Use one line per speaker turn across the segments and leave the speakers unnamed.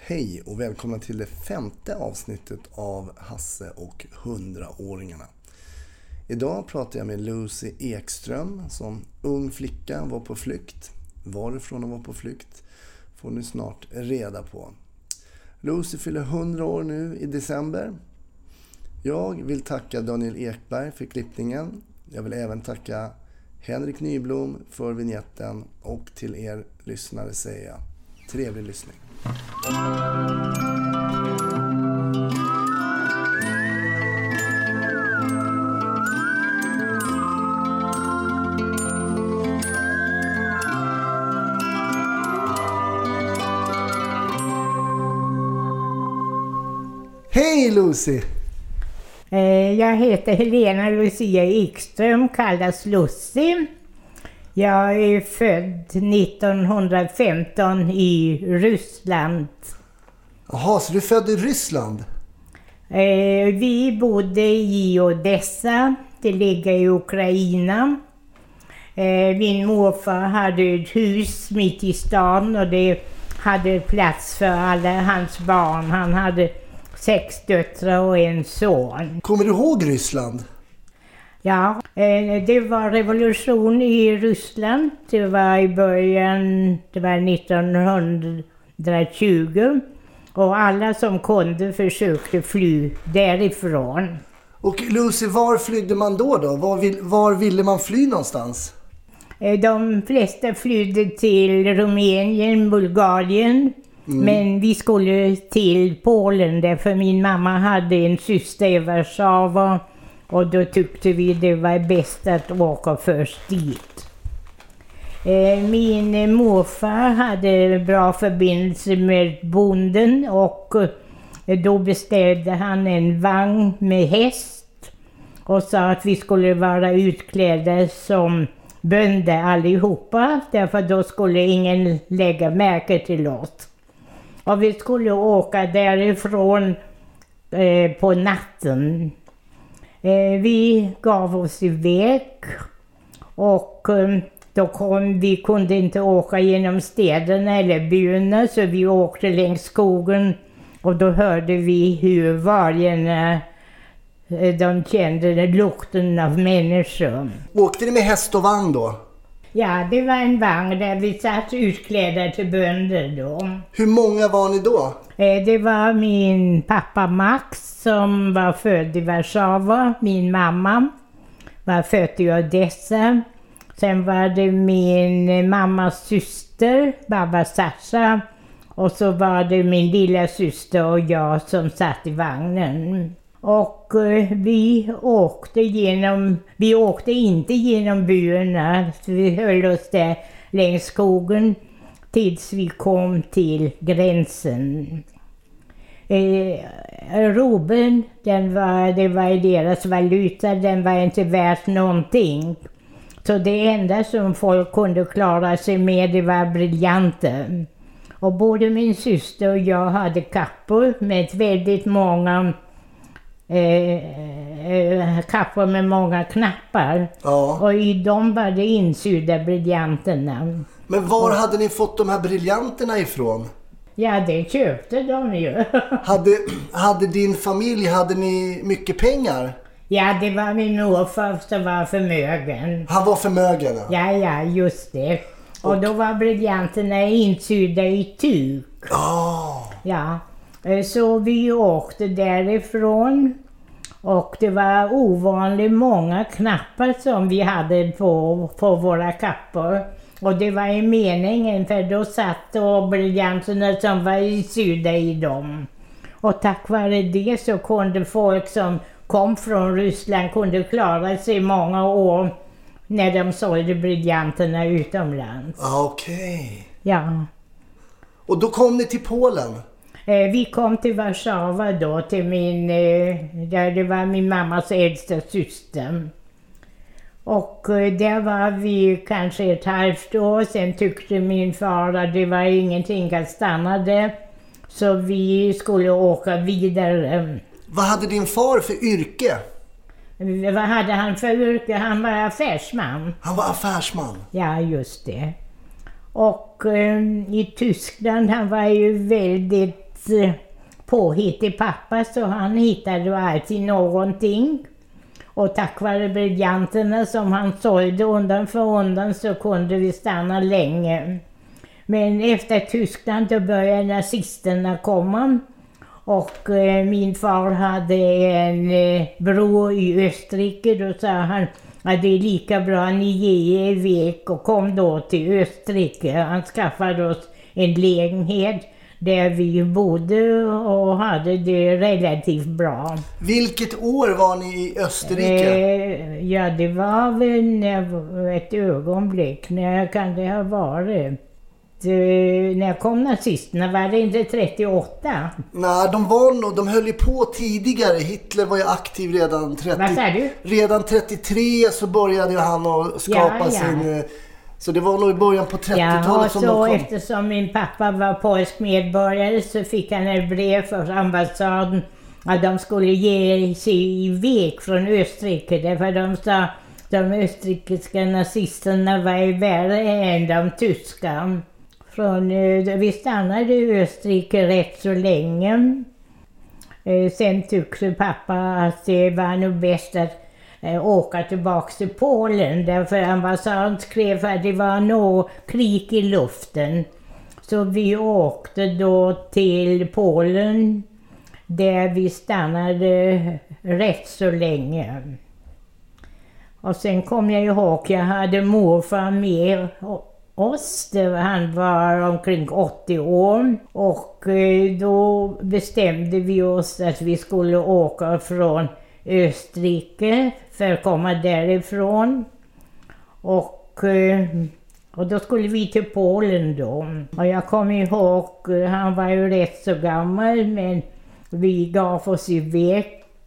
Hej och välkomna till det femte avsnittet av Hasse och 100-åringarna. Idag pratar jag med Lucy Ekström som ung flicka var på flykt. Varifrån hon var på flykt får ni snart reda på. Lucy fyller 100 år nu i december. Jag vill tacka Daniel Ekberg för klippningen. Jag vill även tacka Henrik Nyblom för vignetten och till er lyssnare säga trevlig lyssning. Hej Lucy!
Eh, Jag heter Helena Lucia Ekström, kallas Lussi. Jag är född 1915 i Ryssland.
Jaha, så du är född i Ryssland?
Eh, Vi bodde i Odessa, det ligger i Ukraina. Eh, Min morfar hade ett hus mitt i stan och det hade plats för alla hans barn. Han hade sex döttrar och en son.
Kommer du ihåg Ryssland?
Ja, eh, det var revolution i Ryssland. Det var i början, det var 1920. Och alla som kunde försökte fly därifrån.
Och Lucy, var flydde man då? då? Var, vill, var ville man fly någonstans?
Eh, De flesta flydde till Rumänien, Bulgarien. Men vi skulle till Polen därför min mamma hade en syster i Warszawa. Och då tyckte vi det var bäst att åka först dit. Eh, Min eh, morfar hade bra förbindelse med bonden och eh, då beställde han en vagn med häst och sa att vi skulle vara utklädda som bönder allihopa därför då skulle ingen lägga märke till oss. Och vi skulle åka därifrån eh, på natten. Eh, vi gav oss iväg och eh, då kom, vi kunde inte åka genom städerna eller byarna så vi åkte längs skogen och då hörde vi hur vargarna, eh, de kände den lukten av människor.
Åkte ni med häst och vagn då?
Ja, det var en vagn där vi satt utklädda till bönder då.
Hur många var ni då?
Eh, Det var min pappa Max som var född i Warszawa. Min mamma var född i Odessa. Sen var det min eh, mammas syster, Baba Sasha. Och så var det min lilla syster och jag som satt i vagnen. Och eh, vi åkte genom, vi åkte inte genom byarna. så Vi höll oss där längs skogen tills vi kom till gränsen. Eh, Robin, den var, det var i deras valuta, den var inte värt någonting. Så det enda som folk kunde klara sig med, det var briljanter. Och både min syster och jag hade kappor med väldigt många eh, eh, kappor med många knappar.
Ja.
Och i dem var det insydda briljanterna.
Men var hade ni fått de här briljanterna ifrån?
Ja, det köpte de ju.
Hade, hade din familj, hade ni mycket pengar?
Ja, det var min morfar som var förmögen.
Han var förmögen? ja.
Ja, ja, just det. Och då var briljanterna insydda i tyg.
Ja.
Ja. Eh, Så vi åkte därifrån. Och det var ovanligt många knappar som vi hade på, på våra kappor. Och det var i meningen för då satt då briljanterna som var insydda i dem. Och tack vare det så kunde folk som kom från Ryssland kunde klara sig många år när de sålde briljanterna utomlands.
Ah, Okej.
Ja.
Och då kom ni till Polen?
Eh, Vi kom till Warszawa då, till min, eh, där det var min mammas äldsta syster. Och eh, där var vi kanske ett halvt år, sen tyckte min far att det var ingenting att stanna där. Så vi skulle åka vidare.
Vad hade din far för yrke?
Eh, Vad hade han för yrke? Han var affärsman.
Han var affärsman.
Ja, just det. Och eh, i Tyskland, han var ju väldigt eh, påhittig pappa så han hittade ju alltid någonting. Och tack vare briljanterna som han sålde undan för undan så kunde vi stanna länge. Men efter Tyskland då började nazisterna komma. Och eh, min far hade en eh, bror i Österrike. Då sa han att det är lika bra ni ger er iväg och kom då till Österrike. Han skaffade oss en lägenhet där vi bodde och hade det relativt bra.
Vilket år var ni i Österrike?
Eh, ja, det var väl när, ett ögonblick. När kan det ha varit? Eh, när kom nazisterna? Var det inte 38?
Nej, de var nog, de höll ju på tidigare. Hitler var ju aktiv redan 30...
Vad sa du?
Redan 33 så började ju han att skapa
Ja, ja.
sin... eh, Så det var nog i början på 30-talet
Ja, och
som de kom.
så eftersom min pappa var polsk medborgare så fick han ett brev från ambassaden att de skulle ge sig iväg från Österrike därför de sa de österrikiska nazisterna var ju värre än de tyska. Från, eh, vi stannade i Österrike rätt så länge. Eh, Sen tyckte pappa att det var nog bäst att eh, åka tillbaks till Polen därför ambassaden skrev att det var nog krig i luften. Så vi åkte då till Polen där vi stannade rätt så länge. Och sen kom jag ihåg, jag hade morfar med o- oss. Det var- Han var omkring 80 år. Och eh, då bestämde vi oss att vi skulle åka från Österrike för att komma därifrån. Och, eh, och då skulle vi till Polen då. Och jag kommer ihåg, eh, han var ju rätt så gammal men vi gav oss iväg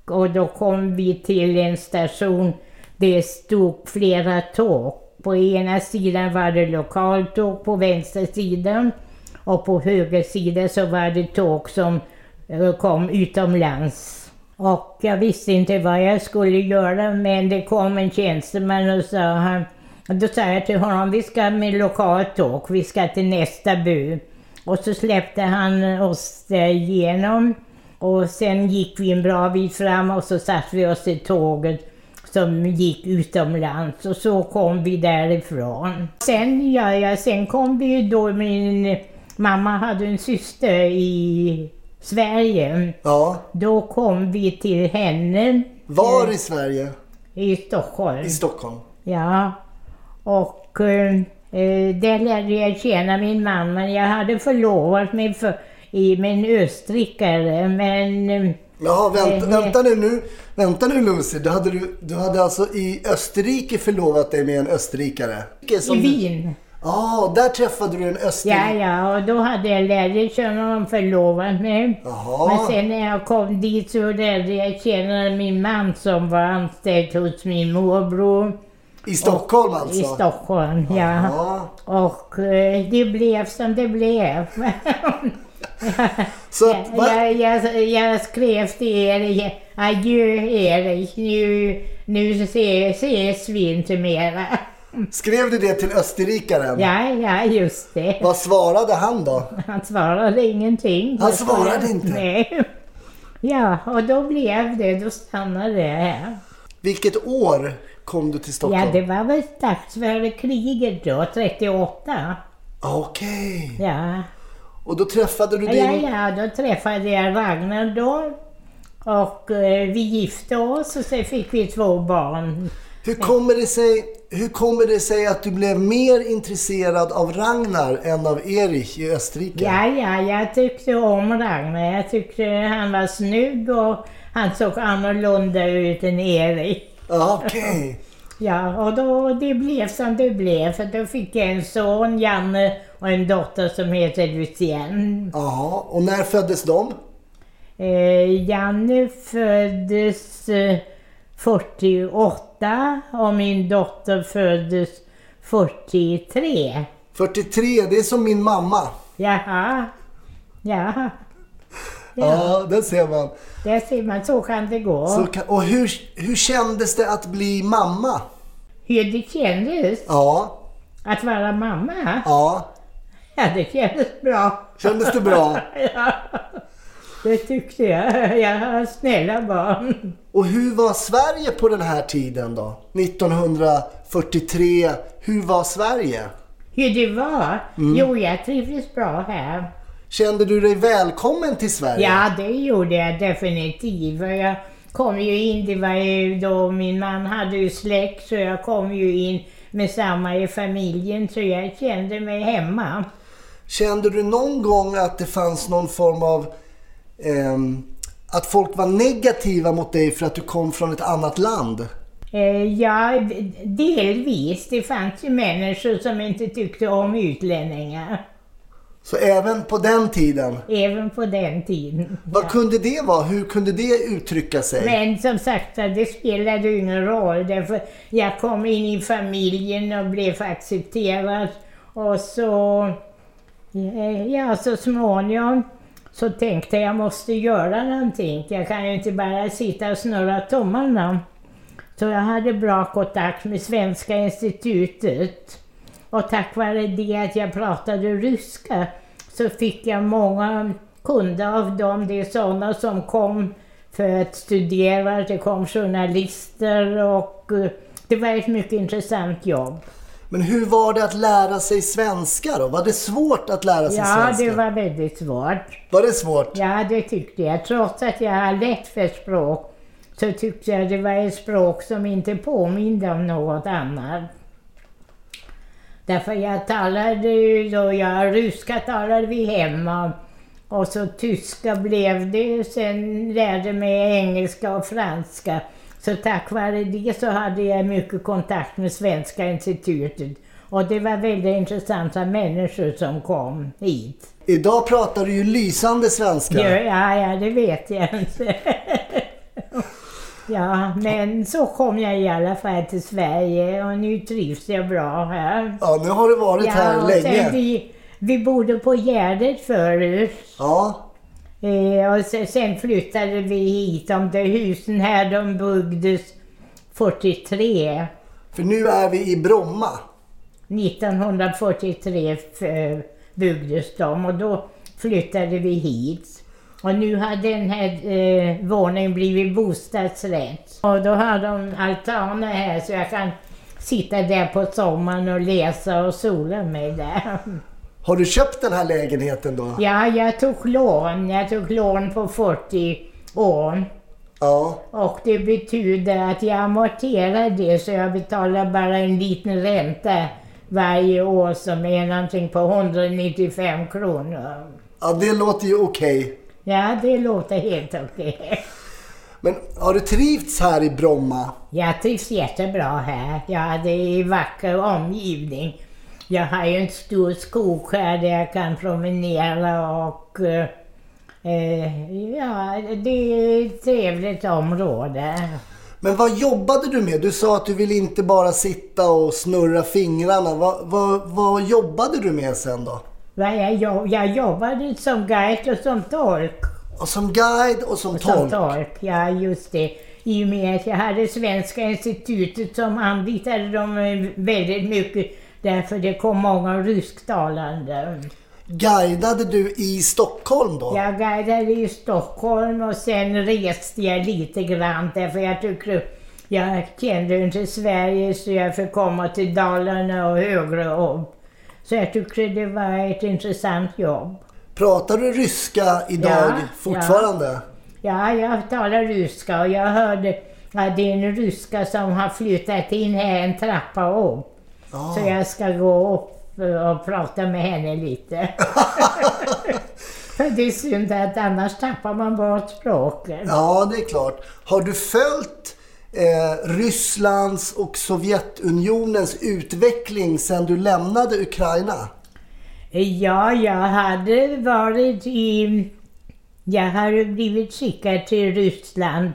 och då kom vi till en station det stod flera tåg. På ena sidan var det lokaltåg på vänster sida och på höger sida så var det tåg som eh, kom utomlands. Och jag visste inte vad jag skulle göra men det kom en tjänsteman och sa han, då sa jag till honom vi ska med lokaltåg, vi ska till nästa by. Och så släppte han oss där igenom och sen gick vi en bra bit fram och så satte vi oss i tåget som gick utomlands och så kom vi därifrån. Sen, ja, ja, sen kom vi ju då, min mamma hade en syster i Sverige.
Ja,
Då kom vi till henne
var
Eh.
i Sverige?
i Stockholm.
I Stockholm.
Ja, och eh, eh, där lärde jag känna min man. Men jag hade förlovat mig för, i min österrikare, men eh,
Jaha, vänta,
Eh,
vänta nu nu. Vänta nu Lucy. Du hade, du, du hade alltså i Österrike förlovat dig med en österrikare?
i Wien.
Ja, där träffade du en
Ja,
österrikare.
ja, och då hade jag lärt känna och förlovat mig.
Jaha.
Men sen när jag kom dit så lärde jag känna min man som var anställd hos min morbror
I Stockholm alltså?
i Stockholm. Ja.
Ja.
Och eh, det blev som det blev.
Så att, va?
jag, jag, jag skrev till er, adjö Erik, nu, nu ses, ses vi inte mera.
Skrev du det till österrikaren?
Ja, ja, just det.
Vad svarade han då?
Han svarade ingenting.
Han svarade inte?
Nej. Ja, och då blev det, då stannade jag här.
Vilket år kom du till Stockholm?
Ja, det var väl strax före kriget då, 38.
Ah, Okej.
Ja.
Och då träffade du
Ja,
din...
ja, ja, då träffade jag Ragnar då. Och eh, vi gifte oss och sen fick vi två barn.
Hur, kommer det sig, hur kommer det sig att du blev mer intresserad av Ragnar än av Erich i Österrike?
Ja, ja, jag tyckte om Ragnar. Jag tyckte han var snygg och han såg annorlunda ut än Erik.
Ja, Okej.
Ja, och då, det blev som det blev. För då fick jag en son, Janne, och en dotter som heter Lucienne.
Ja, och när föddes de?
Eh, Janne föddes eh, 48 och min dotter föddes 43.
43, det är som min mamma.
Jaha. Ja,
Ja, där ser man.
där ser man. Så kan det gå.
Så kan, och hur, hur kändes det att bli mamma?
Hur det kändes
Ja,
att vara mamma?
ja.
Ja, det kändes bra.
Kändes det bra?
Ja, det tyckte jag. Jag har snälla barn.
Och hur var Sverige på den här tiden då? 1943, hur var Sverige?
Hur det var? Jo, jag trivdes bra här.
Kände du dig välkommen till Sverige?
Ja, det gjorde jag definitivt. För jag kom ju in, det var ju då min man hade ju släkt, så jag kom ju in med samma i familjen, så jag kände mig hemma.
Kände du någon gång att det fanns någon form av... ehm, att folk var negativa mot dig för att du kom från ett annat land?
Eh, Ja, d- delvis. Det fanns ju människor som inte tyckte om utlänningar.
Så även på den tiden.
Även på den tiden.
Vad kunde det vara? Hur kunde det uttrycka sig?
Men som sagt, det spelade ju ingen roll. Därför jag kom in i familjen och blev accepterad. Och så, eh, ja, så småningom så tänkte jag måste göra någonting. Jag kan ju inte bara sitta och snurra tummarna. Så jag hade bra kontakt med Svenska institutet. Och tack vare det att jag pratade ryska så fick jag många kunder av dem. Det är sådana som kom för att studera, det kom journalister och eh, det var ett mycket intressant jobb.
Men hur var det att lära sig svenska då? Var det svårt att lära sig
Ja,
svenska?
det var väldigt svårt.
Var det svårt?
Ja, det tyckte jag. Trots att jag har lätt för språk så tyckte jag det var ett språk som inte påminde om något annat. Därför jag talade ju då, ja, ryska talade vi hemma och så tyska blev det. Sen lärde jag mig engelska och franska. Så tack vare det så hade jag mycket kontakt med Svenska institutet. Och det var väldigt intressanta människor som kom hit.
Idag pratar du ju lysande svenska.
Ja, ja, ja, det vet jag inte. ja, men så kom jag i alla fall till Sverige och nu trivs jag bra här.
Ja, nu har du varit
Ja,
här
och
länge.
sen vi, vi bodde på Gärdet förut.
Ja,
Eh, och sen, sen flyttade vi hit. De där husen här, de byggdes 43.
för nu är vi i Bromma.
1943 eh, byggdes de och då flyttade vi hit. Och nu har den här eh, våningen blivit bostadsrätt. Och då har de altaner här så jag kan sitta där på sommaren och läsa och sola mig där.
Har du köpt den här lägenheten då?
Ja, jag tog lån. Jag tog lån på 40 år.
Ja.
Och det betyder att jag amorterar det så jag betalar bara en liten ränta varje år som är någonting på 195 kronor.
Ja, det låter ju okej.
Ja, det låter helt okej.
Men har du trivts här i Bromma?
Jag trivs jättebra här. Ja, det är vacker omgivning. Jag har ju en stor skog här där jag kan promenera och eh, eh, ja, det är ett trevligt område.
Men vad jobbade du med? Du sa att du ville inte bara sitta och snurra fingrarna. Vad, vad, vad jobbade du med sen då?
Va, Jag, jobb, jag jobbade som guide och som tolk.
Och som guide och som
Som
tolk?
tolk, ja just det. I och med att jag hade Svenska institutet som anlitade dem eh, väldigt mycket därför det kom många rysktalande.
Guidade du i Stockholm då?
Jag guidade i Stockholm och sen reste jag lite grann därför jag tyckte jag kände ju inte Sverige så jag fick komma till Dalarna och högre upp. Så jag tyckte det var ett intressant jobb.
Pratar du ryska idag
Ja,
fortfarande?
Ja, jag talar ryska och jag hörde att det är en ryska som har flyttat in här en trappa upp.
Ah.
Så jag ska gå upp eh, och prata med henne lite. För det är synd att annars tappar man bort språket.
Ja, det är klart. Har du följt eh, Rysslands och Sovjetunionens utveckling sedan du lämnade Ukraina?
Ja, jag hade varit i... Jag hade blivit skickad till Ryssland.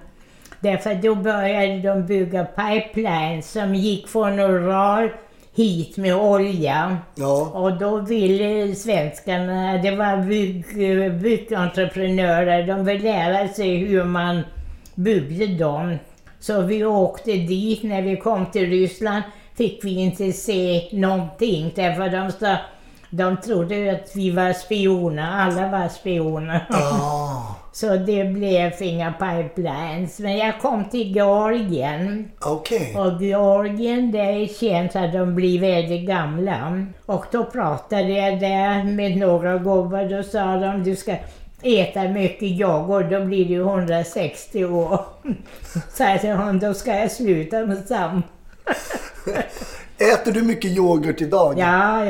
Därför då började de bygga pipelines som gick från Ural hit med olja.
Ja.
Och då ville svenskarna, det var bygg, byggentreprenörer, de ville lära sig hur man byggde dem. Så vi åkte dit, när vi kom till Ryssland fick vi inte se någonting därför de, sa, de trodde ju att vi var spioner, alla var spioner.
Ah,
Så det blev inga pipelines. Men jag kom till Georgien.
Okej.
Och Georgien, det är känt att de blir väldigt gamla. Och då pratade jag där med några gubbar. Då sa de, du ska äta mycket yoghurt, då blir du 160 år. Så jag till honom, då ska jag sluta med sam.
Äter du mycket yoghurt idag?
Ja,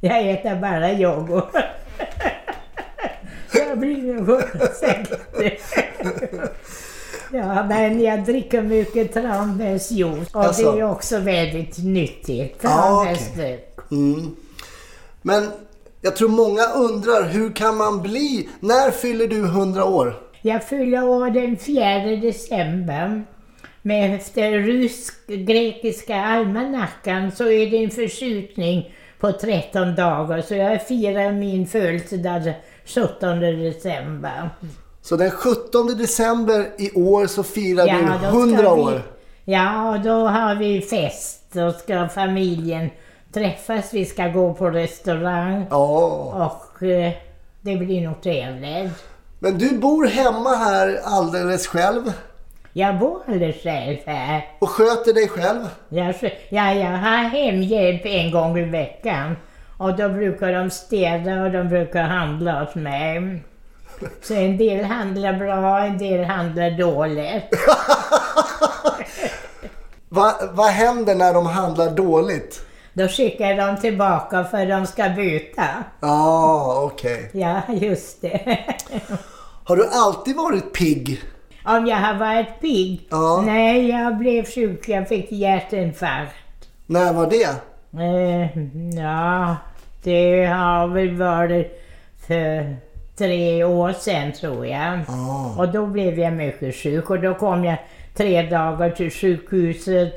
jag äter bara yoghurt. Jag blir 160. Ja, men jag dricker mycket tranbärsjuice och
Alltså.
det är också väldigt nyttigt.
Ah, okej.
Tranbärsdryck.
Mm. Men jag tror många undrar, hur kan man bli? När fyller du 100 år?
Jag fyller år den 4 december. Men efter rysk-grekiska almanackan så är det en förskjutning på 13 dagar. Så jag firar min födelsedag den 17 december.
Så den 17 december i år så firar du
då ska
100
vi-
år.
Ja, och då har vi fest. Då ska familjen träffas. Vi ska gå på restaurang.
Ja.
Och eh, det blir nog trevligt.
Men du bor hemma här alldeles själv
Jag bor alldeles själv här.
och sköter dig själv.
Jag, ja, jag har hemhjälp en gång i veckan. Och då brukar de städa och de brukar handla åt mig. Så en del handlar bra, en del handlar dåligt.
Va, vad händer när de handlar dåligt?
Då skickar de tillbaka för de ska byta.
Ja, okej.
Ja, just det.
Har du alltid varit pigg?
Om jag har varit pigg?
Ja.
Nej, jag blev sjuk. Jag fick hjärtinfarkt.
När var det?
Eh, ja, det har väl varit för tre år sedan tror jag.
Ja.
Och då blev jag mycket sjuk och då kom jag tre dagar till sjukhuset.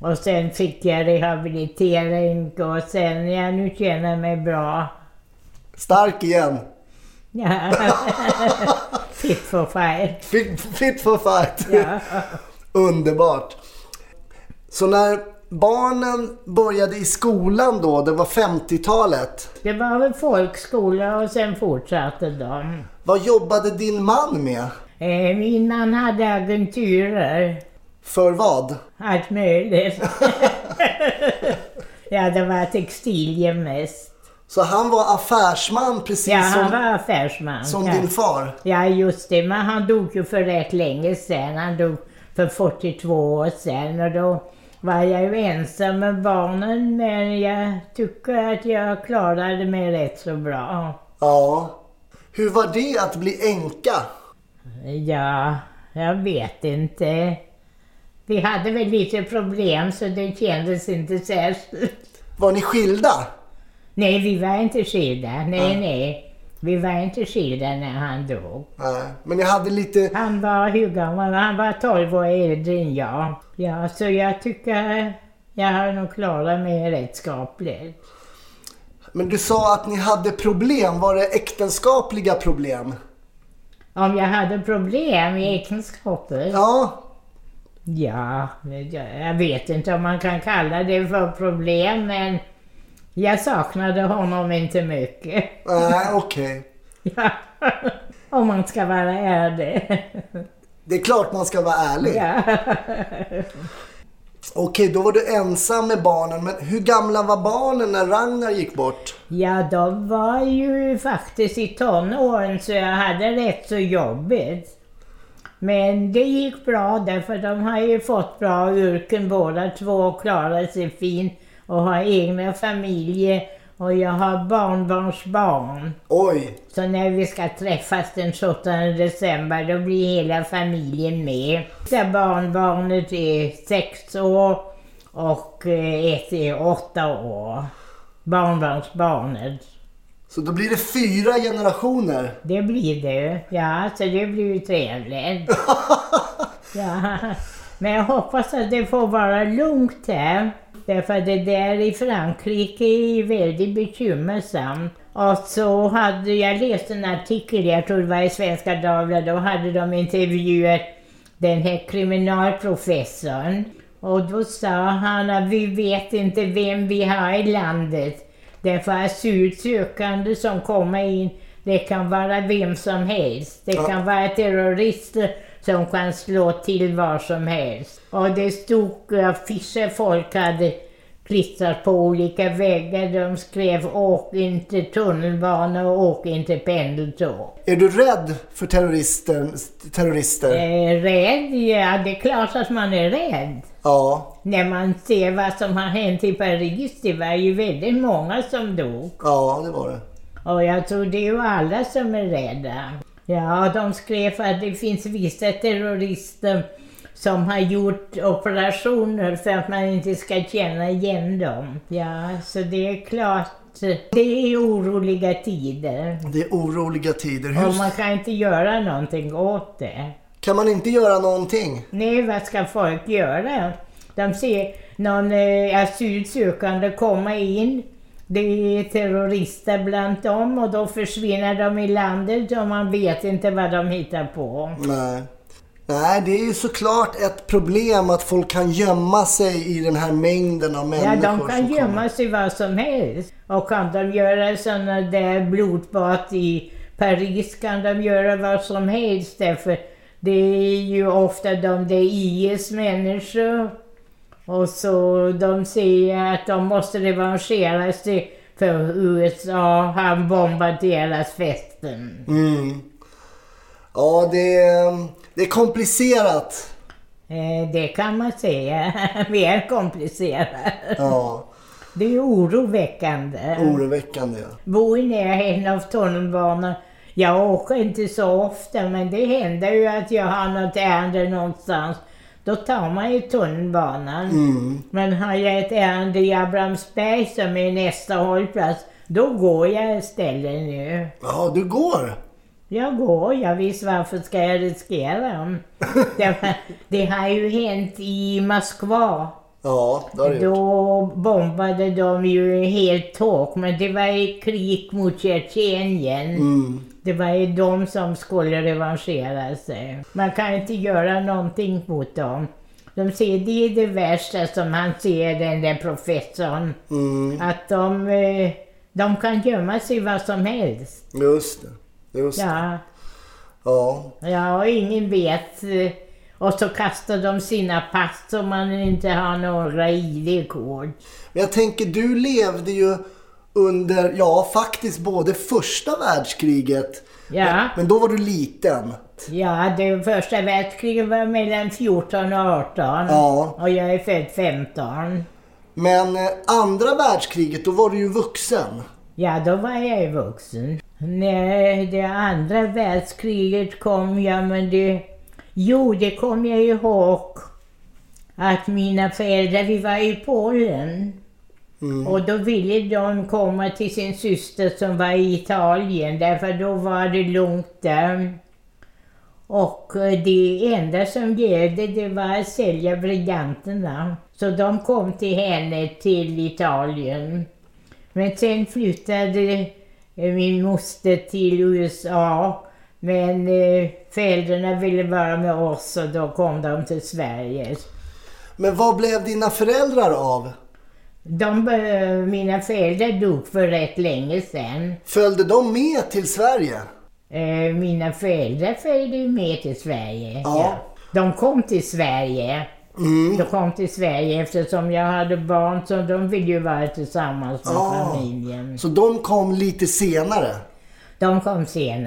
Och sen fick jag rehabilitering och sen, ja nu känner jag mig bra.
Stark igen.
Ja. Fit for fight.
Fit, fit for fight.
Ja.
Underbart. Så när barnen började i skolan då, det var 50-talet.
Det var väl folkskola och sen fortsatte de.
Vad jobbade din man med?
Eh, Min man hade agenturer,
För vad?
allt möjligt. ja, det var textilier mest.
Så han var affärsman precis
Ja, han
som,
var affärsman.
som
ja.
din far?
ja, just det. Men han dog ju för rätt länge sedan. Han dog för 42 år sedan och då var jag ju ensam med barnen men jag tycker att jag klarade mig rätt så bra.
Ja. Hur var det att bli änka?
Ja, jag vet inte. Vi hade väl lite problem så det kändes inte särskilt.
Var ni skilda?
Nej, vi var inte skilda. Nej, nej. Vi var inte skilda när han dog.
Nej, men ni hade lite...
Han var, hur gammal Han var 12 år äldre än jag. Ja, så jag tycker jag har nog klarat mig rätt skapligt.
Men du sa att ni hade problem. Var det äktenskapliga problem?
Om jag hade problem i äktenskapet?
Ja.
Ja, jag- jag vet inte om man kan kalla det för problem men jag saknade honom inte mycket.
Nej, okej.
Ja. Om man ska vara ärlig.
Det är klart man ska vara ärlig.
Ja.
Okej, då var du ensam med barnen. Men hur gamla var barnen när Ragnar gick bort?
ja, de var ju faktiskt i tonåren så jag hade rätt så jobbigt. Men det gick bra därför de har ju fått bra yrken båda två och klarat sig fint och har egna familjer och jag har barnbarnsbarn.
Oj!
Så när vi ska träffas den 28 december då blir hela familjen med. Där barnbarnet är sex år och eh, ett är åtta år. Barnbarnsbarnet.
Så då blir det fyra generationer.
Det blir det. Ja, så det blir ju trevligt. Ja. Men jag hoppas att det får vara lugnt här. Därför att det där i Frankrike är väldigt bekymmersamt. Och så hade jag läst en artikel, jag tror det var i Svenska Dagbladet, då hade de intervjuat den här kriminalprofessorn. Och då sa han att vi vet inte vem vi har i landet. Därför asylsökande som kommer in, det kan vara vem som helst. Det kan vara terrorister som kan slå till var som helst. Och det stod affischer folk hade klistrat på olika väggar. De skrev åk inte tunnelbana och åk inte pendeltåg.
Är du rädd för terroristen, terrorister?
Eh, rädd? Ja, det är klart att man är rädd.
Ja,
När man ser vad som har hänt i Paris, det var ju väldigt många som dog.
ja det var det.
Och jag tror det är ju alla som är rädda. Ja, de skrev att det finns vissa terrorister som har gjort operationer för att man inte ska känna igen dem. Ja, så det är klart. Det är oroliga tider.
Det är oroliga tider.
Och man
Hur
kan inte göra någonting åt det.
kan man inte göra någonting?
Nej, vad ska folk göra? De ser någon eh, asylsökande komma in. Det är terrorister bland dem och då försvinner de i landet och man vet inte vad de hittar på.
Nej. Nej, det är ju såklart ett problem att folk kan gömma sig i den här mängden av
Ja,
människor
de kan
som kommer.
gömma sig vad som helst. Och kan de göra sådana där blodbad i Paris kan de göra vad som helst därför det är ju ofta de där IS-människor. Och så de säger att de måste revanschera sig för USA har bombat deras fästen.
Mm. Ja, det är, det är komplicerat.
Eh, Det kan man säga. Mer komplicerat.
Ja,
Det är oroväckande.
oroväckande.
bor i närheten av tunnelbanan. Jag åker inte så ofta men det händer ju att jag har något ärende någonstans. Då tar man ju tunnelbanan. Men har jag ett ärende i Abrahamsberg som är nästa hållplats, då går jag istället nu.
Ja, du går.
Jag går, jag visst varför ska jag riskera? det, det har ju hänt i Moskva.
Ja, det har du gjort.
Då bombade de ju helt tåg, men det var i krig mot Tjetjenien. Det var ju de som skulle revanschera sig. Man kan inte göra någonting mot dem. De ser, det är det värsta som han ser, den där professorn. Att de, eh, de kan gömma sig vad som helst.
Just det. Just det.
Ja,
Ja.
ja och ingen vet. eh, Och så kastar de sina pass om man inte har några ID-kort.
Men jag tänker, du levde ju under, ja faktiskt både första världskriget,
Ja.
men då var du liten.
Ja, det första världskriget var mellan 14 och 18.
Ja.
Och jag är född 15.
Men eh, andra världskriget, då var du ju vuxen.
Ja, då var jag ju vuxen. När det andra världskriget kom, ja men det... Jo, det kom jag ihåg. Att mina föräldrar, vi var i Polen. Och då ville de komma till sin syster som var i Italien, därför då var det lugnt där. Och eh, det enda som gällde det var att sälja briljanterna. Så de kom till henne till Italien. Men sen flyttade eh, min moster till USA. Men eh, föräldrarna ville vara med oss och då kom de till Sverige.
Men vad blev dina föräldrar av?
De, eh, mina föräldrar dog för rätt länge sedan.
Följde de med till Sverige?
Eh, Mina föräldrar följde ju med till Sverige.
Ja. Mm.
De kom till Sverige. De kom till Sverige eftersom jag hade barn så de ville ju vara tillsammans med
Ja.
familjen.
Så de kom lite senare?
De kom senare.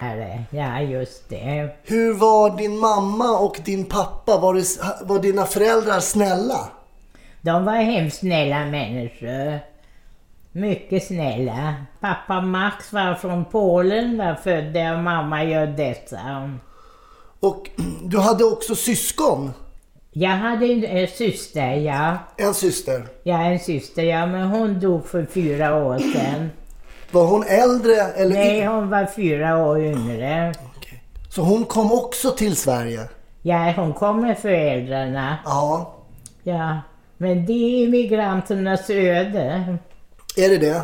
Herre, Ja, just det.
Hur var din mamma och din pappa? Var, det, var dina föräldrar snälla?
De var hemskt snälla människor. Mycket snälla. Pappa Max var från Polen, var född där och mamma i Odessa.
Och du hade också syskon?
Jag hade en eh, syster, ja.
En syster.
Jag har en syster, ja, men hon dog för fyra år sedan.
Var hon äldre eller
Nej,
yngre?
hon var fyra år yngre.
Okej. Så hon kom också till Sverige?
Ja, hon kom med föräldrarna.
Ja.
Ja, men det är immigranternas öde.
Är det det?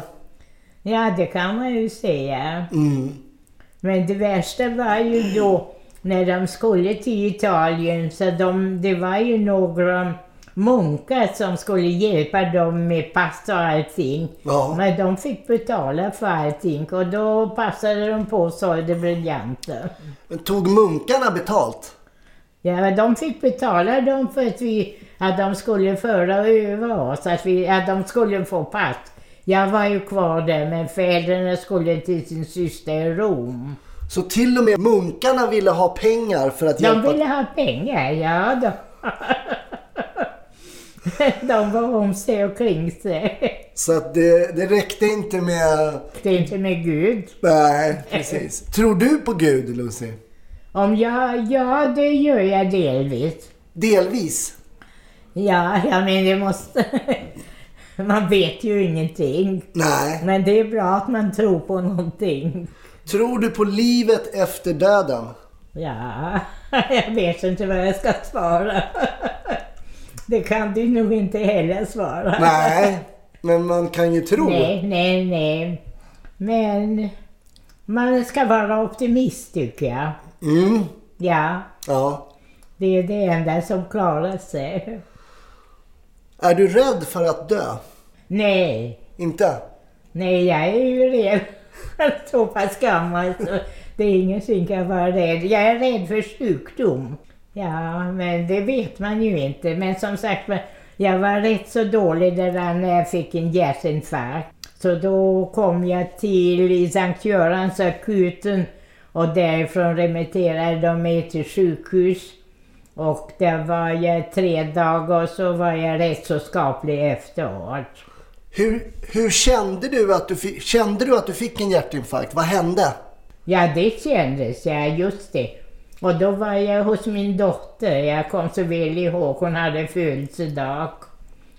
Ja, det kan man ju säga. Men det värsta var ju då när de skulle till Italien så de, det var ju några munkar som skulle hjälpa dem med pass och allting.
Ja.
Men de fick betala för allting och då passade de på och sålde briljanter.
Men tog munkarna betalt?
Ja, men de fick betala dem för att, vi, att de skulle föra och öva oss, att, vi, att de skulle få pass. Jag var ju kvar där men föräldrarna skulle till sin syster i Rom.
Så till och med munkarna ville ha pengar för att
De
hjälpa?
ville ha pengar, ja de. De var om sig och kring sig.
Så att det, det räckte inte med...
Det är inte med Gud.
Nej, precis. Tror du på Gud, Lucy?
Om jag, ja det gör jag delvis.
Delvis.
Ja, ja men det måste... Man vet ju ingenting.
Nej.
Men det är bra att man tror på någonting.
Tror du på livet efter döden?
Ja, jag vet inte vad jag ska svara. Det kan du nog inte heller svara.
Nej, men man kan ju tro.
Nej, nej, nej. Men man ska vara optimist tycker jag.
Mm.
Ja,
Ja.
det är det enda som klarar sig.
Är du rädd för att dö?
Nej,
Inte?
nej jag är ju rädd. Så pass gammal så alltså. det är ingenting jag kan vara rädd. Jag är rädd för sjukdom. Ja, men det vet man ju inte. Men som sagt men jag var rätt så dålig där när jag fick en hjärtinfarkt. Så då kom jag till i Sankt Görans akuten och därifrån remitterade de mig till sjukhus. Och där var jag tre dagar och så var jag rätt så skaplig efteråt.
Hur, hur kände, du att du fick, kände du att du fick en hjärtinfarkt? Vad hände?
Ja, det kändes, ja just det. Och då var jag hos min dotter, jag kom så väl ihåg, hon hade födelsedag.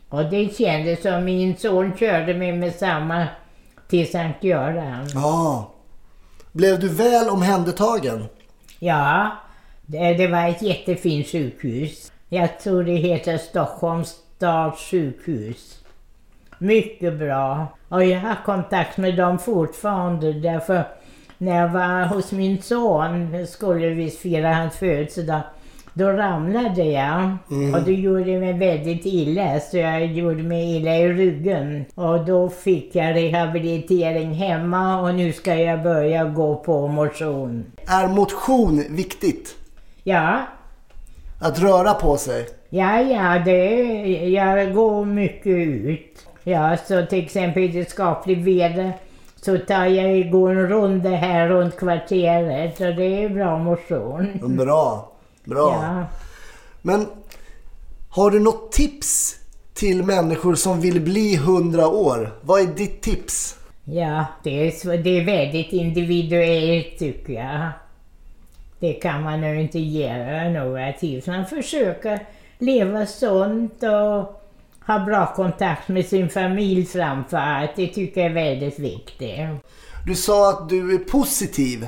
Och det kändes som min son körde mig med samma till Sankt Göran.
Ja. Blev du väl omhändertagen?
Ja, det, det var ett jättefint sjukhus. Jag tror det heter Stockholms stads sjukhus. Mycket bra. Och jag har kontakt med dem fortfarande därför när jag var hos min son, skulle vi fira hans födelsedag, då ramlade jag och det gjorde mig väldigt illa så jag gjorde mig illa i ryggen. Och då fick jag rehabilitering hemma och nu ska jag börja gå på motion.
Är motion viktigt?
Ja,
Att röra på sig?
ja, ja, det, jag går mycket ut. Ja, så till exempel i det skapligt väder så tar jag, går en runda här runt kvarteret så det är bra motion.
Mm. Bra. Bra.
Ja.
Men har du något tips till människor som vill bli 100 år? Vad är ditt tips?
Ja, det är, så, det är väldigt individuellt tycker jag. Det kan man ju inte göra några tips. Man försöker leva sunt och ha bra kontakt med sin familj framför allt. Det tycker jag är väldigt viktigt.
Du sa att du är positiv.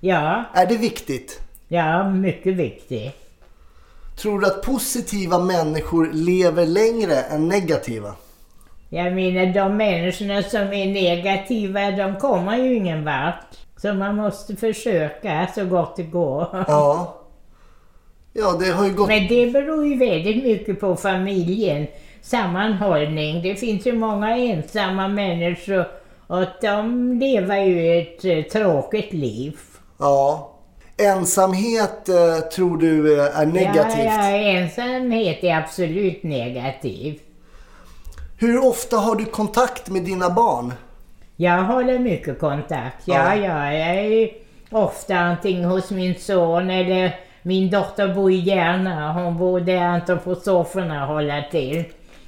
Ja,
Är det viktigt?
ja, mycket viktigt.
Tror du att positiva människor lever längre än negativa?
Jag menar de människorna som är negativa, de kommer ju ingen vart. Så man måste försöka så gott det går.
Ja. Ja, det har ju gått...
Men det beror ju väldigt mycket på familjen. Sammanhållning. Det finns ju många ensamma människor och de lever ju ett eh, tråkigt liv.
Ja. Ensamhet eh, tror du eh, är negativt.
Ja, ja, ensamhet är absolut negativ.
Hur ofta har du kontakt med dina barn?
Jag håller mycket kontakt. Ja, ja, jag är ofta antingen hos min son eller min dotter bor i Järna. Hon bor där antroposoferna håller till.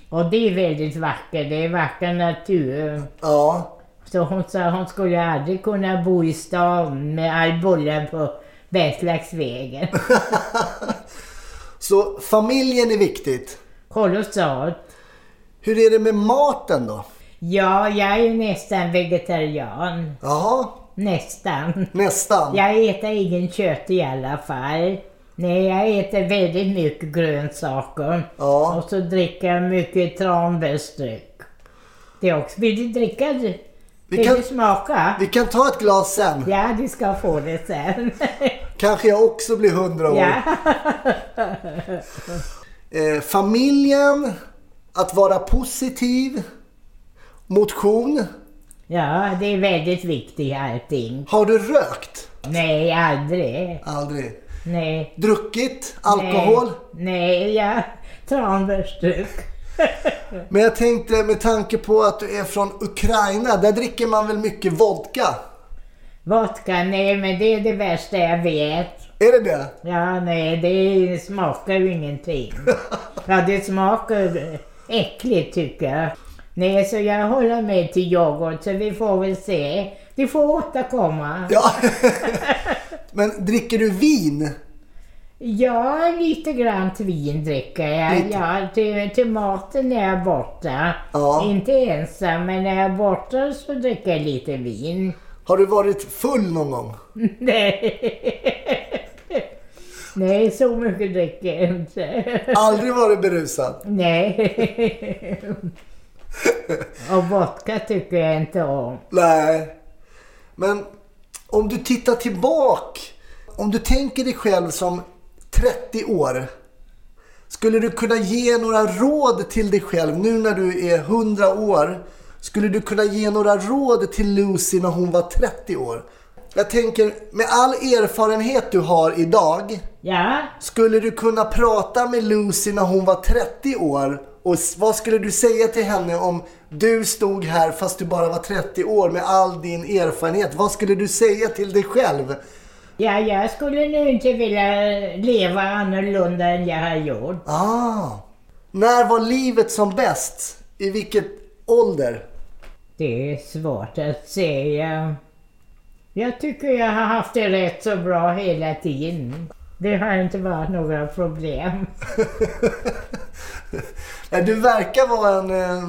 Och det är väldigt vackert. Det är vacker natur.
Ja.
Så hon sa hon skulle aldrig kunna bo i stan med all bullen på Bergslagsvägen.
Så familjen är viktigt.
Kolossalt.
Hur är det med maten då?
Ja, jag är ju nästan vegetarian.
Jaha,
Nästan.
nästan.
Jag äter ingen kött i alla fall. Nej, jag äter väldigt mycket grönsaker.
Ja.
Och så dricker jag mycket tranbärsdryck. Det är också... Vill du dricka? det? Vill
kan-
du smaka?
Vi kan ta ett glas sen.
Ja, du ska få det sen.
Kanske jag också blir hundra år.
ja.
Eh, familjen, att vara positiv, motion.
ja, det är väldigt viktigt allting.
Har du rökt?
Nej, aldrig.
Aldrig.
Nej.
Druckit alkohol?
Nej, nej jag... Tranbärsdryck.
Men jag tänkte med tanke på att du är från Ukraina, där dricker man väl mycket vodka?
Vodka, nej men det är det värsta jag vet.
Är det det?
Ja, nej, det smakar ju ingenting. Ja, det smakar äckligt tycker jag. Nej, så jag håller med till yoghurt, så vi får väl se. Du får återkomma.
Ja. Men dricker du vin?
Ja, lite grann till vin dricker jag. Ja, till, till maten när jag är borta.
Ja.
Inte ensam, men när jag är borta så dricker jag lite vin.
Har du varit full någon gång?
Nej. Nej, så mycket dricker jag inte.
Aldrig varit berusad?
Nej. Och vodka tycker jag inte om.
Nej. Men om du tittar tillbaka, om du tänker dig själv som 30 år. Skulle du kunna ge några råd till dig själv nu när du är 100 år? Skulle du kunna ge några råd till Lucy när hon var 30 år? Jag tänker, med all erfarenhet du har idag,
Ja,
Skulle du kunna prata med Lucy när hon var 30 år? Och s- vad skulle du säga till henne om du stod här fast du bara var 30 år med all din erfarenhet? Vad skulle du säga till dig själv?
ja, jag skulle nu inte vilja leva annorlunda än jag har gjort.
Ah, när var livet som bäst? I vilket ålder?
Det är svårt att säga. Jag tycker jag har haft det rätt så bra hela tiden. Det har inte varit några problem.
Nej, Du verkar vara en, eh,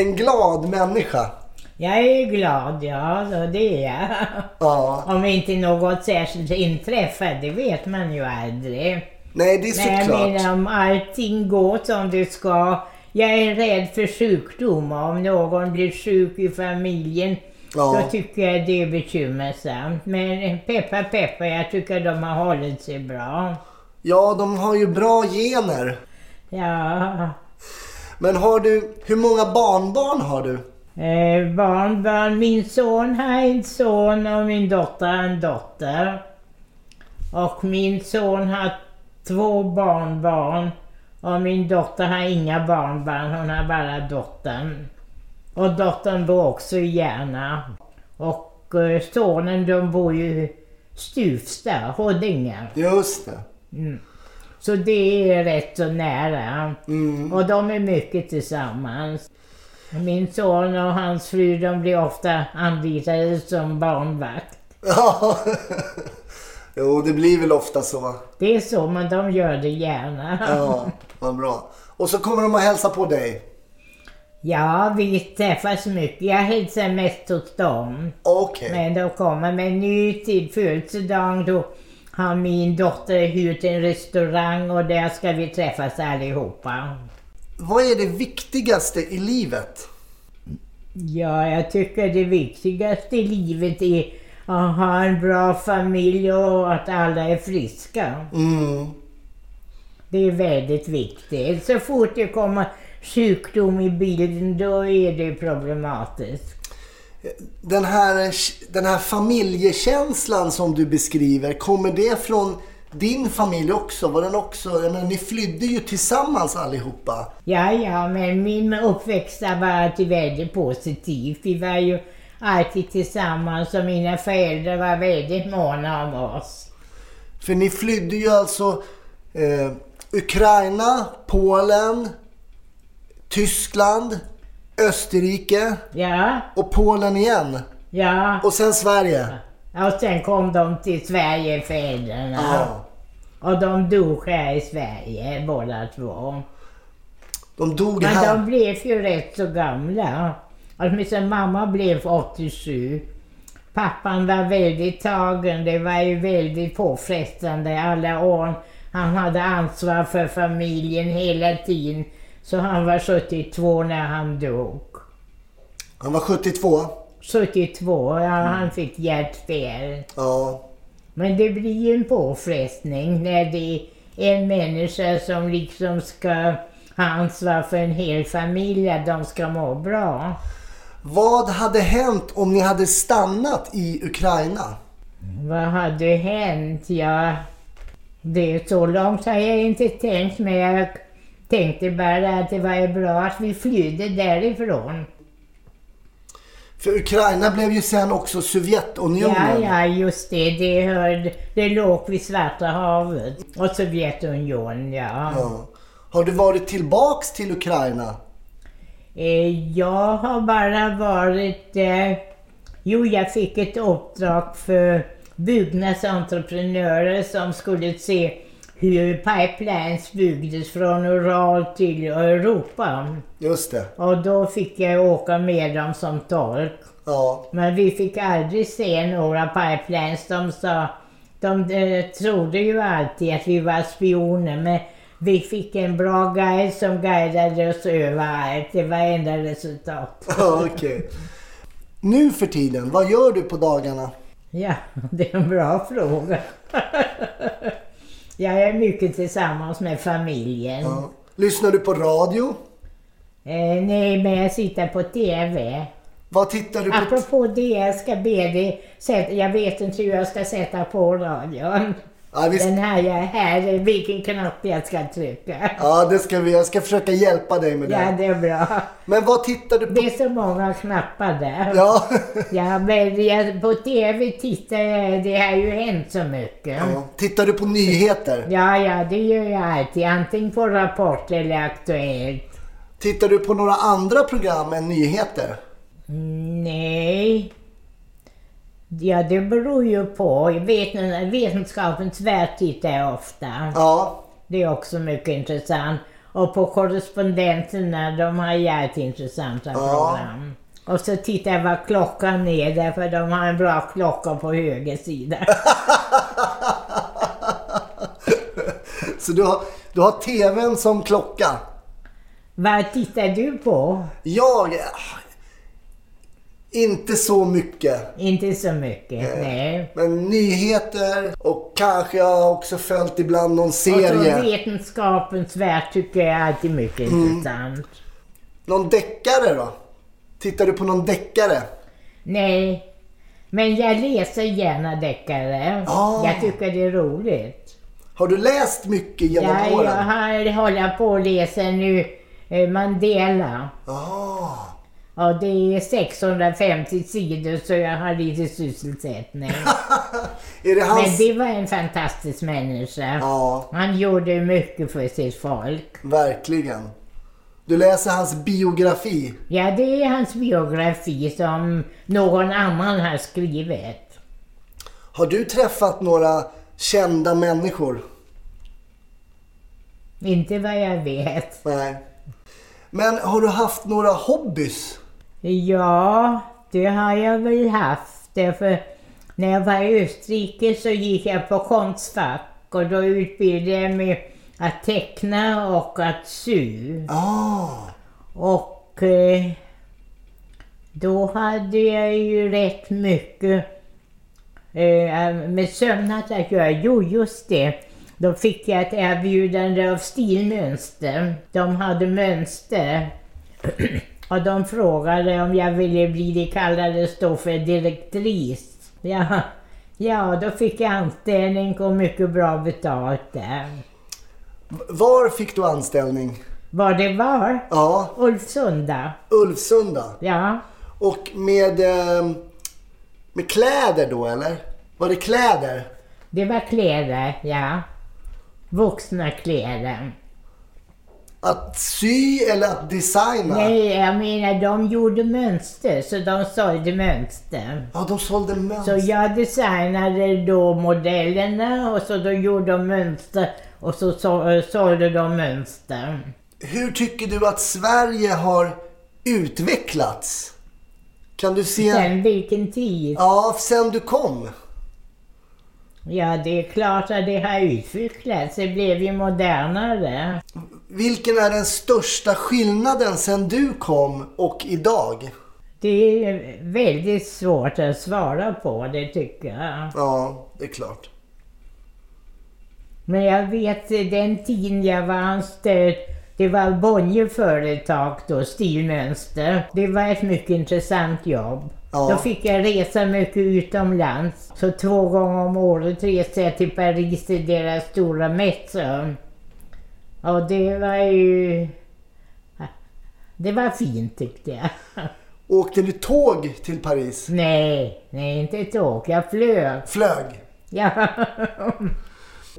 en glad människa.
Jag är glad, ja, så det är jag.
Ja.
Om inte något särskilt inträffar, det vet man ju aldrig.
Nej, det är
Nej, jag
såklart.
menar om allting går som det ska. Jag är rädd för sjukdomar. Om någon blir sjuk i familjen
Ja.
då tycker jag det är bekymmersamt. Men eh, peppa peppa, jag tycker de har hållit sig bra.
Ja, de har ju bra gener.
Ja.
Men har du, hur många barnbarn har du?
Eh, barnbarn, min son har en son och min dotter har en dotter. Och min son har två barnbarn och min dotter har inga barnbarn, hon har bara dottern. Och dottern bor också i Järna. Och eh, sonen de bor ju i Stuvsta, Huddinge.
Just det.
Så det är rätt så nära. Och de är mycket tillsammans. Min son och hans fru de blir ofta anlitade som barnvakt.
Ja. Jo, det blir väl ofta så.
Det är så, men de gör det gärna.
Ja, vad bra. Och så kommer de att hälsa på dig.
Ja, vi träffas mycket. Jag hälsar mest hos dem.
Okej.
Men de kommer. Men nu till födelsedagen då har min dotter hyrt en restaurang och där ska vi träffas allihopa.
Vad är det viktigaste i livet?
Ja, jag tycker det viktigaste i livet är att ha en bra familj och att alla är friska.
Mm.
Det är väldigt viktigt. Så fort det kommer sjukdom i bilden då är det problematiskt.
Den här, den här familjekänslan som du beskriver, kommer det från din familj också? Var den också? Jag menar, ni flydde ju tillsammans allihopa.
Ja, ja, men min uppväxt har varit väldigt positiv. Vi var ju alltid tillsammans och mina föräldrar var väldigt måna om oss.
För ni flydde ju alltså eh, Ukraina, Polen, Tyskland, Österrike
Ja,
och Polen igen.
ja.
Och sen Sverige.
Och sen kom de till Sverige, föräldrarna.
Ja.
Och de dog här i Sverige båda två.
De dog
Men
här.
de blev ju rätt så gamla. Åtminstone mamma blev 87. Pappan var väldigt tagen. Det var ju väldigt påfrestande alla år. Han hade ansvar för familjen hela tiden. Så han var 72 när han dog.
Han var 72.
72, ja, han fick hjärtfel.
Ja.
Men det blir ju en påfrestning när det är en människa som liksom ska ha ansvar för en hel familj, att de ska må bra.
Vad hade hänt om ni hade stannat i Ukraina?
Vad hade hänt? Ja, det är så långt har jag inte tänkt, men jag tänkte bara att det var ju bra att vi flydde därifrån.
För Ukraina blev ju sen också
Ja,
Sovjetunionen.
ja, just det. Det, hörde, det låg vid Svarta havet och Sovjetunionen, ja.
Ja. Har du varit tillbaks till Ukraina?
Eh, jag har bara varit... Eh, jo, jag fick ett uppdrag för byggnadsentreprenörer som skulle se hur pipelines byggdes från Ural till Europa.
Just det.
Och då fick jag åka med dem som tolk.
Ja.
Men vi fick aldrig se några pipelines. De sa... De eh, trodde ju alltid att vi var spioner men vi fick en bra guide som guidade oss överallt. Det var enda resultat.
ja Okej. Nu för tiden, vad gör du på dagarna?
Ja, det är en bra fråga. Jag är mycket tillsammans med familjen.
Ja. Lyssnar du på radio?
Eh, nej, men jag sitter på TV.
Vad tittar du på?
Apropå det, jag ska be dig sätta, Jag vet inte hur jag ska sätta på radion.
Ja, vi...
Den här, jag här, vilken knapp jag ska trycka.
ja, det ska vi. Jag ska försöka hjälpa dig med det.
Ja, det är bra.
Men vad tittar du på?
Det är så många knappar där.
Ja.
Ja, men jag, på TV tittar jag, det har ju hänt så mycket.
ja. Tittar du på nyheter?
Ja, ja, det gör jag alltid. Antingen på Rapport eller Aktuellt.
Tittar du på några andra program än nyheter?
Nej. Ja, det beror ju på. Veten, vetenskapens värld tittar jag ofta.
Ja.
Det är också mycket intressant. Och på korrespondenterna, de har jävligt intressanta program. Och så tittar jag vad klockan är, därför de har en bra klocka på höger sida.
Så du har, du har TVn som klocka?
vad tittar du på?
Jag... eh, Inte så mycket.
Inte så mycket,
Eh,
nej.
Men nyheter och kanske jag har också följt ibland någon
Och så
serie. Mm.
vetenskapens värld tycker jag alltid är mycket intressant.
Någon deckare då? Tittar du på någon deckare?
Nej, men jag läser gärna deckare.
Ah.
Jag tycker det är roligt.
Har du läst mycket genom
Ja, jag
åren?
har, håller på och läser nu eh, Mandela.
Ah,
Ja, det är 650 sidor så jag har lite sysselsättning.
är det
Men
hans...
det var en fantastisk människa.
Ja,
Han gjorde mycket för sitt folk.
verkligen. Du läser hans biografi.
Ja, det är hans biografi som någon annan har skrivit.
Har du träffat några kända människor?
Inte vad jag vet.
Nej. Men har du haft några hobbys?
Ja, det har jag väl haft. Därför när jag var i Österrike så gick jag på konstfack och då utbildade jag mig att teckna och att sy.
Ah,
Och eh, då hade jag ju rätt mycket eh, med sömnat att göra. Jo, just det. Då fick jag ett erbjudande av stilmönster. De hade mönster. Och de frågade om jag ville bli, de kallades då för direktris. Ja, ja, då fick jag anställning och mycket bra betalt där.
var fick du anställning?
Vad det var?
Ja,
Ulvsunda.
Ulvsunda.
Ja.
Och med, eh, med kläder då eller? Var det kläder?
Det var kläder, ja. Vuxna kläder.
Att sy eller att designa?
Nej, jag menar de gjorde mönster, så de sålde mönster.
Ja, de sålde
Så
mönster.
jag designade då modellerna och så då gjorde de mönster och så så- eh, sålde de mönster.
Hur tycker du att Sverige har utvecklats? Kan du se?
Sen vilken tid?
Ja, sen du kom.
Ja, det är klart att det har utvecklats. Det blev ju modernare.
Vilken är den största skillnaden sen du kom och idag?
Det är väldigt svårt att svara på det tycker jag.
Ja, det är klart.
Men jag vet eh, den tiden jag var anställd, det var Bonnier företag då, Stilmönster. Det var ett mycket intressant jobb.
Ja.
Då fick jag resa mycket utomlands. Så två gånger om året reste jag till Paris till deras stora mässa. Och det var ju... Det var fint tyckte jag.
Åkte du tåg till Paris?
Nej, nej inte tåg. Jag flög.
Flög?
Ja.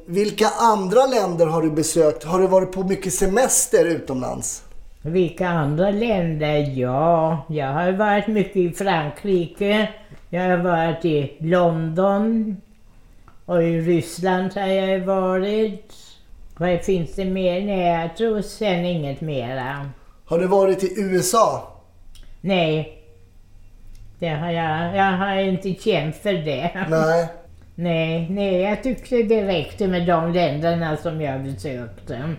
Vilka andra länder har du besökt? Har du varit på mycket semester utomlands?
Vilka andra länder? Ja, jag har varit mycket i Frankrike. Jag har varit i London. Och i Ryssland har jag varit. Vad finns det mer? Nej, jag tror sen inget mera.
Har du varit i USA?
Nej. Det har jag, jag har inte känt för det.
Nej.
Nej, nej, jag tyckte det räckte med de länderna som jag besökte.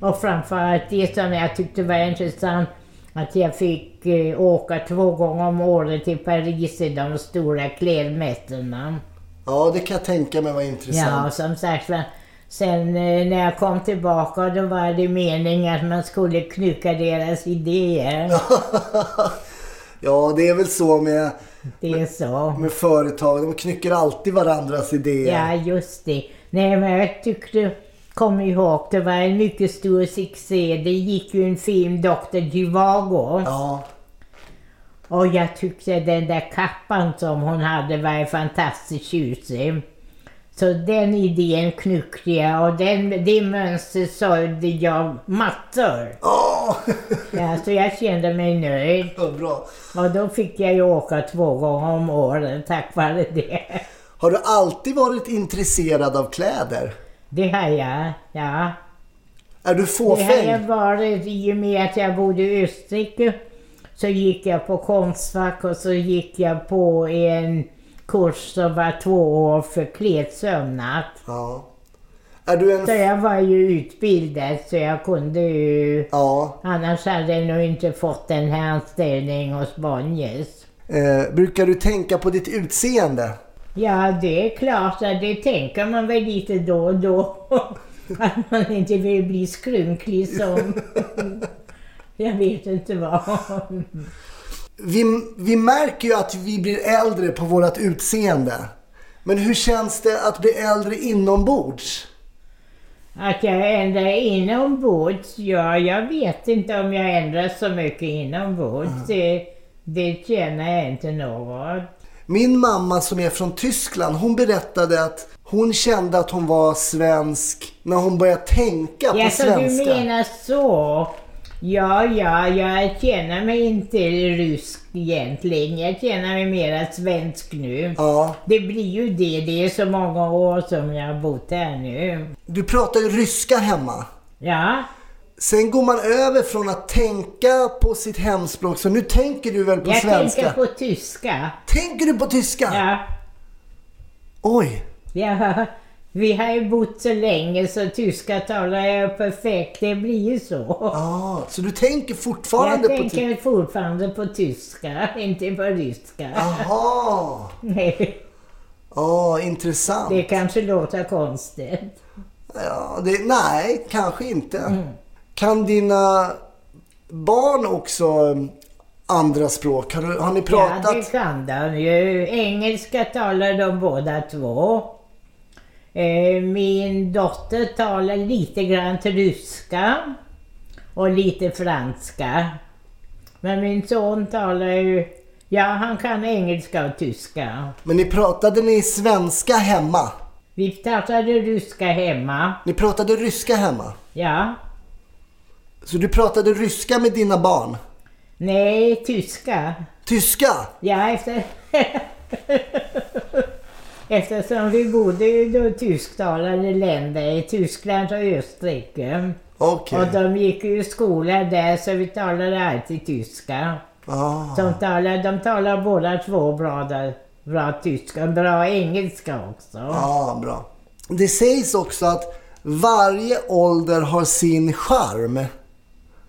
Och framförallt det som jag tyckte var intressant, att jag fick eh, åka två gånger om året till Paris i de stora klädmässorna.
Ja, det kan jag tänka mig var intressant.
Ja, som sagt va, Sen eh, när jag kom tillbaka då var det meningen att man skulle knycka deras idéer.
Ja, det är väl så med,
Det är så.
med företag. De knycker alltid varandras idéer.
Ja, just det. Nej, men jag tyckte, kom ihåg, det var en mycket stor succé. Det gick ju en film, Dr. Givago.
Ja.
Och jag tyckte den där kappan som hon hade var ju fantastiskt tjusig. Så den idén knyckte jag och den, det mönstret sålde jag massor.
Åh!
Ja, så jag kände mig nöjd.
Vad bra.
Och då fick jag ju åka två gånger om året tack vare det.
Har du alltid varit intresserad av kläder?
Det har jag, ja.
Är du
Det har jag
fåfäng?
varit i och med att jag bodde i Österrike. Så gick jag på Konstfack och så gick jag på en kurs som var två år för klädsömnad.
Ja. Är du
Så
en...
jag var ju utbildad så jag kunde ju...
Ja.
Annars hade jag nog inte fått den här anställningen hos Bonniers.
Eh, brukar du tänka på ditt utseende?
Ja, det är klart att det tänker man väl lite då och då. Att man inte vill bli skrynklig som... Jag vet inte vad.
Vi, vi märker ju att vi blir äldre på vårt utseende. Men hur känns det att bli äldre inombords?
Att jag ändrar inombords? Ja, jag vet inte om jag ändrar så mycket inombords. Det, det känner jag inte något.
Min mamma som är från Tyskland, hon berättade att hon kände att hon var svensk när hon började tänka på
Ja, så du
svenska.
menar så. Ja, ja, jag känner mig inte rysk egentligen. Jag känner mig mera svensk nu.
Ja.
Det blir ju det. Det är så många år som jag har bott här nu.
Du pratar ju ryska hemma.
Ja,
Sen går man över från att tänka på sitt hemspråk, så nu tänker du väl på
jag
svenska?
tänker på tyska.
Tänker du på tyska?
Ja,
Oj!
ja, vi har ju bott så länge så tyska talar jag perfekt. Det blir ju så.
Ja, Ah, så du tänker fortfarande
Jag
på typ- tyska?
tänker fortfarande på tyska, inte på ryska.
Jaha!
Nej,
Ja, intressant.
det kanske låter konstigt.
Ja, det, nej, kanske inte. Kan dina barn också um, andra språk? Har, du- har ni pratat?
Ja, det kan de ju. Engelska talar de båda två. Eh, Min dotter talar lite grann till ryska och lite franska. Men min son talar ju... Ja, han kan engelska och tyska.
Men ni pratade ni svenska hemma?
Vi pratade ryska hemma.
Ni pratade ryska hemma?
Ja.
Så du pratade ryska med dina barn?
Nej, tyska.
Tyska?
Ja, efter... Eftersom vi bodde i då tysktalande länder, i Tyskland och Österrike.
Okej.
Och de gick ju i skola där så vi talade alltid tyska.
Ah.
De talar, de talar båda två bra, där, bra tyska, bra engelska också.
Ja, bra. Det sägs också att varje ålder har sin charm.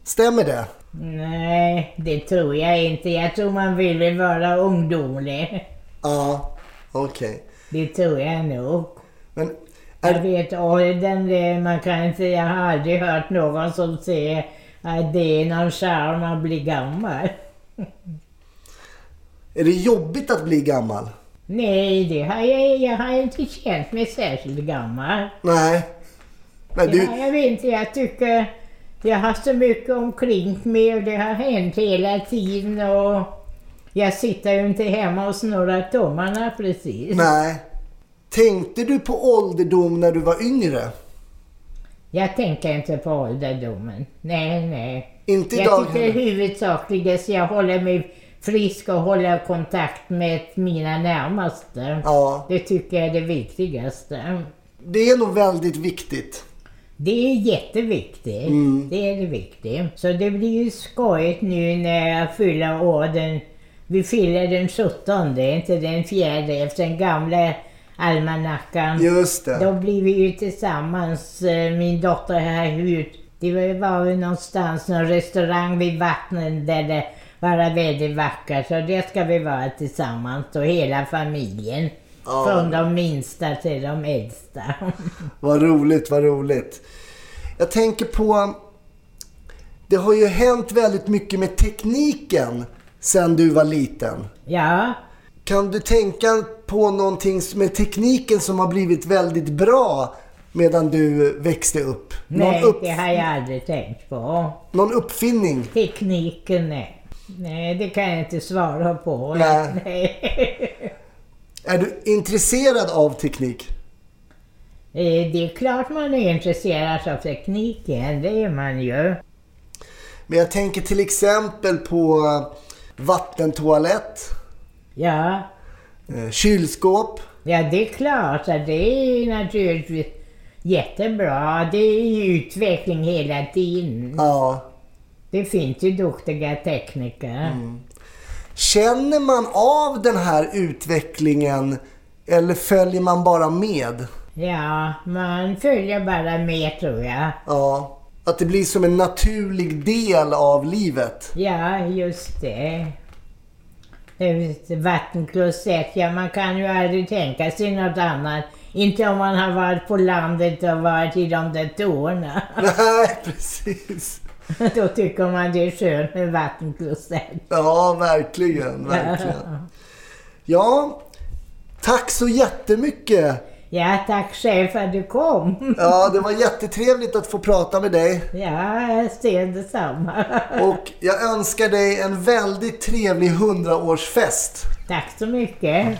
Stämmer det?
Nej, det tror jag inte. Jag tror man vill väl vara ungdomlig.
Ja, okej.
Det tror jag nog.
Men
Jag
är,
vet åldern, det, man kan inte, jag har aldrig hört någon som säger att det är någon charm att bli gammal.
är det jobbigt att bli gammal?
Nej, det har jag, jag har inte känt mig särskilt gammal.
Nej. Nej,
Det har
du,
jag vet inte, jag tycker jag har så mycket omkring mig och det har hänt hela tiden och jag sitter ju inte hemma och snurrar tummarna precis.
nej. Tänkte du på ålderdom när du var yngre?
Jag tänker inte på ålderdomen. Nej, nej.
Inte idag
jag tycker
heller.
huvudsakligen så jag håller mig frisk och håller kontakt med mina närmaste.
Ja.
Det tycker jag är det viktigaste.
Det är nog väldigt viktigt.
Det är jätteviktigt.
Mm.
Det är det viktiga. Så det blir ju skojigt nu när jag fyller år den... Vi fyller den 17, inte den fjärde efter den gamla almanackan.
Just det.
Då blir vi ju tillsammans, eh, min dotter här ut. Det var- var ju någonstans, någon restaurang vid vattnet där det var väldigt vackert. Så där ska vi vara tillsammans och hela familjen. Från de minsta till de äldsta.
Vad roligt, vad roligt. Jag tänker på... Det har ju hänt väldigt mycket med tekniken sen du var liten.
ja,
Kan du tänka på någonting med tekniken som har blivit väldigt bra medan du växte upp?
nej
någon, upp,
det har jag aldrig tänkt på.
någon uppfinning?
Tekniken, nej. Nej, det kan jag inte svara på.
Nej.
nej.
Är du intresserad av teknik?
Eh, Det är klart man är intresserad av tekniken, det är man ju.
Men jag tänker till exempel på eh, vattentoalett,
Ja,
eh, kylskåp.
Ja, det är klart att det är naturligtvis jättebra. Det är ju utveckling hela tiden.
Ja.
Det finns ju duktiga tekniker.
Mm. Känner man av den här utvecklingen eller följer man bara med?
Ja, man följer bara med tror jag.
Ja. Att det blir som en naturlig del av livet.
Ja, just det. Det är ett Vattenklosett, ja man kan ju aldrig tänka sig något annat. Inte om man har varit på landet och varit i de där tårna.
Nej, precis.
Då tycker man det är skönt med vattenklosett.
Ja, verkligen, verkligen. Ja, tack så jättemycket.
Ja, tack själv för att du kom.
Ja, det var jättetrevligt att få prata med dig
Ja, jag ser detsamma.
och jag önskar dig en väldigt trevlig hundraårsfest.
Tack så mycket.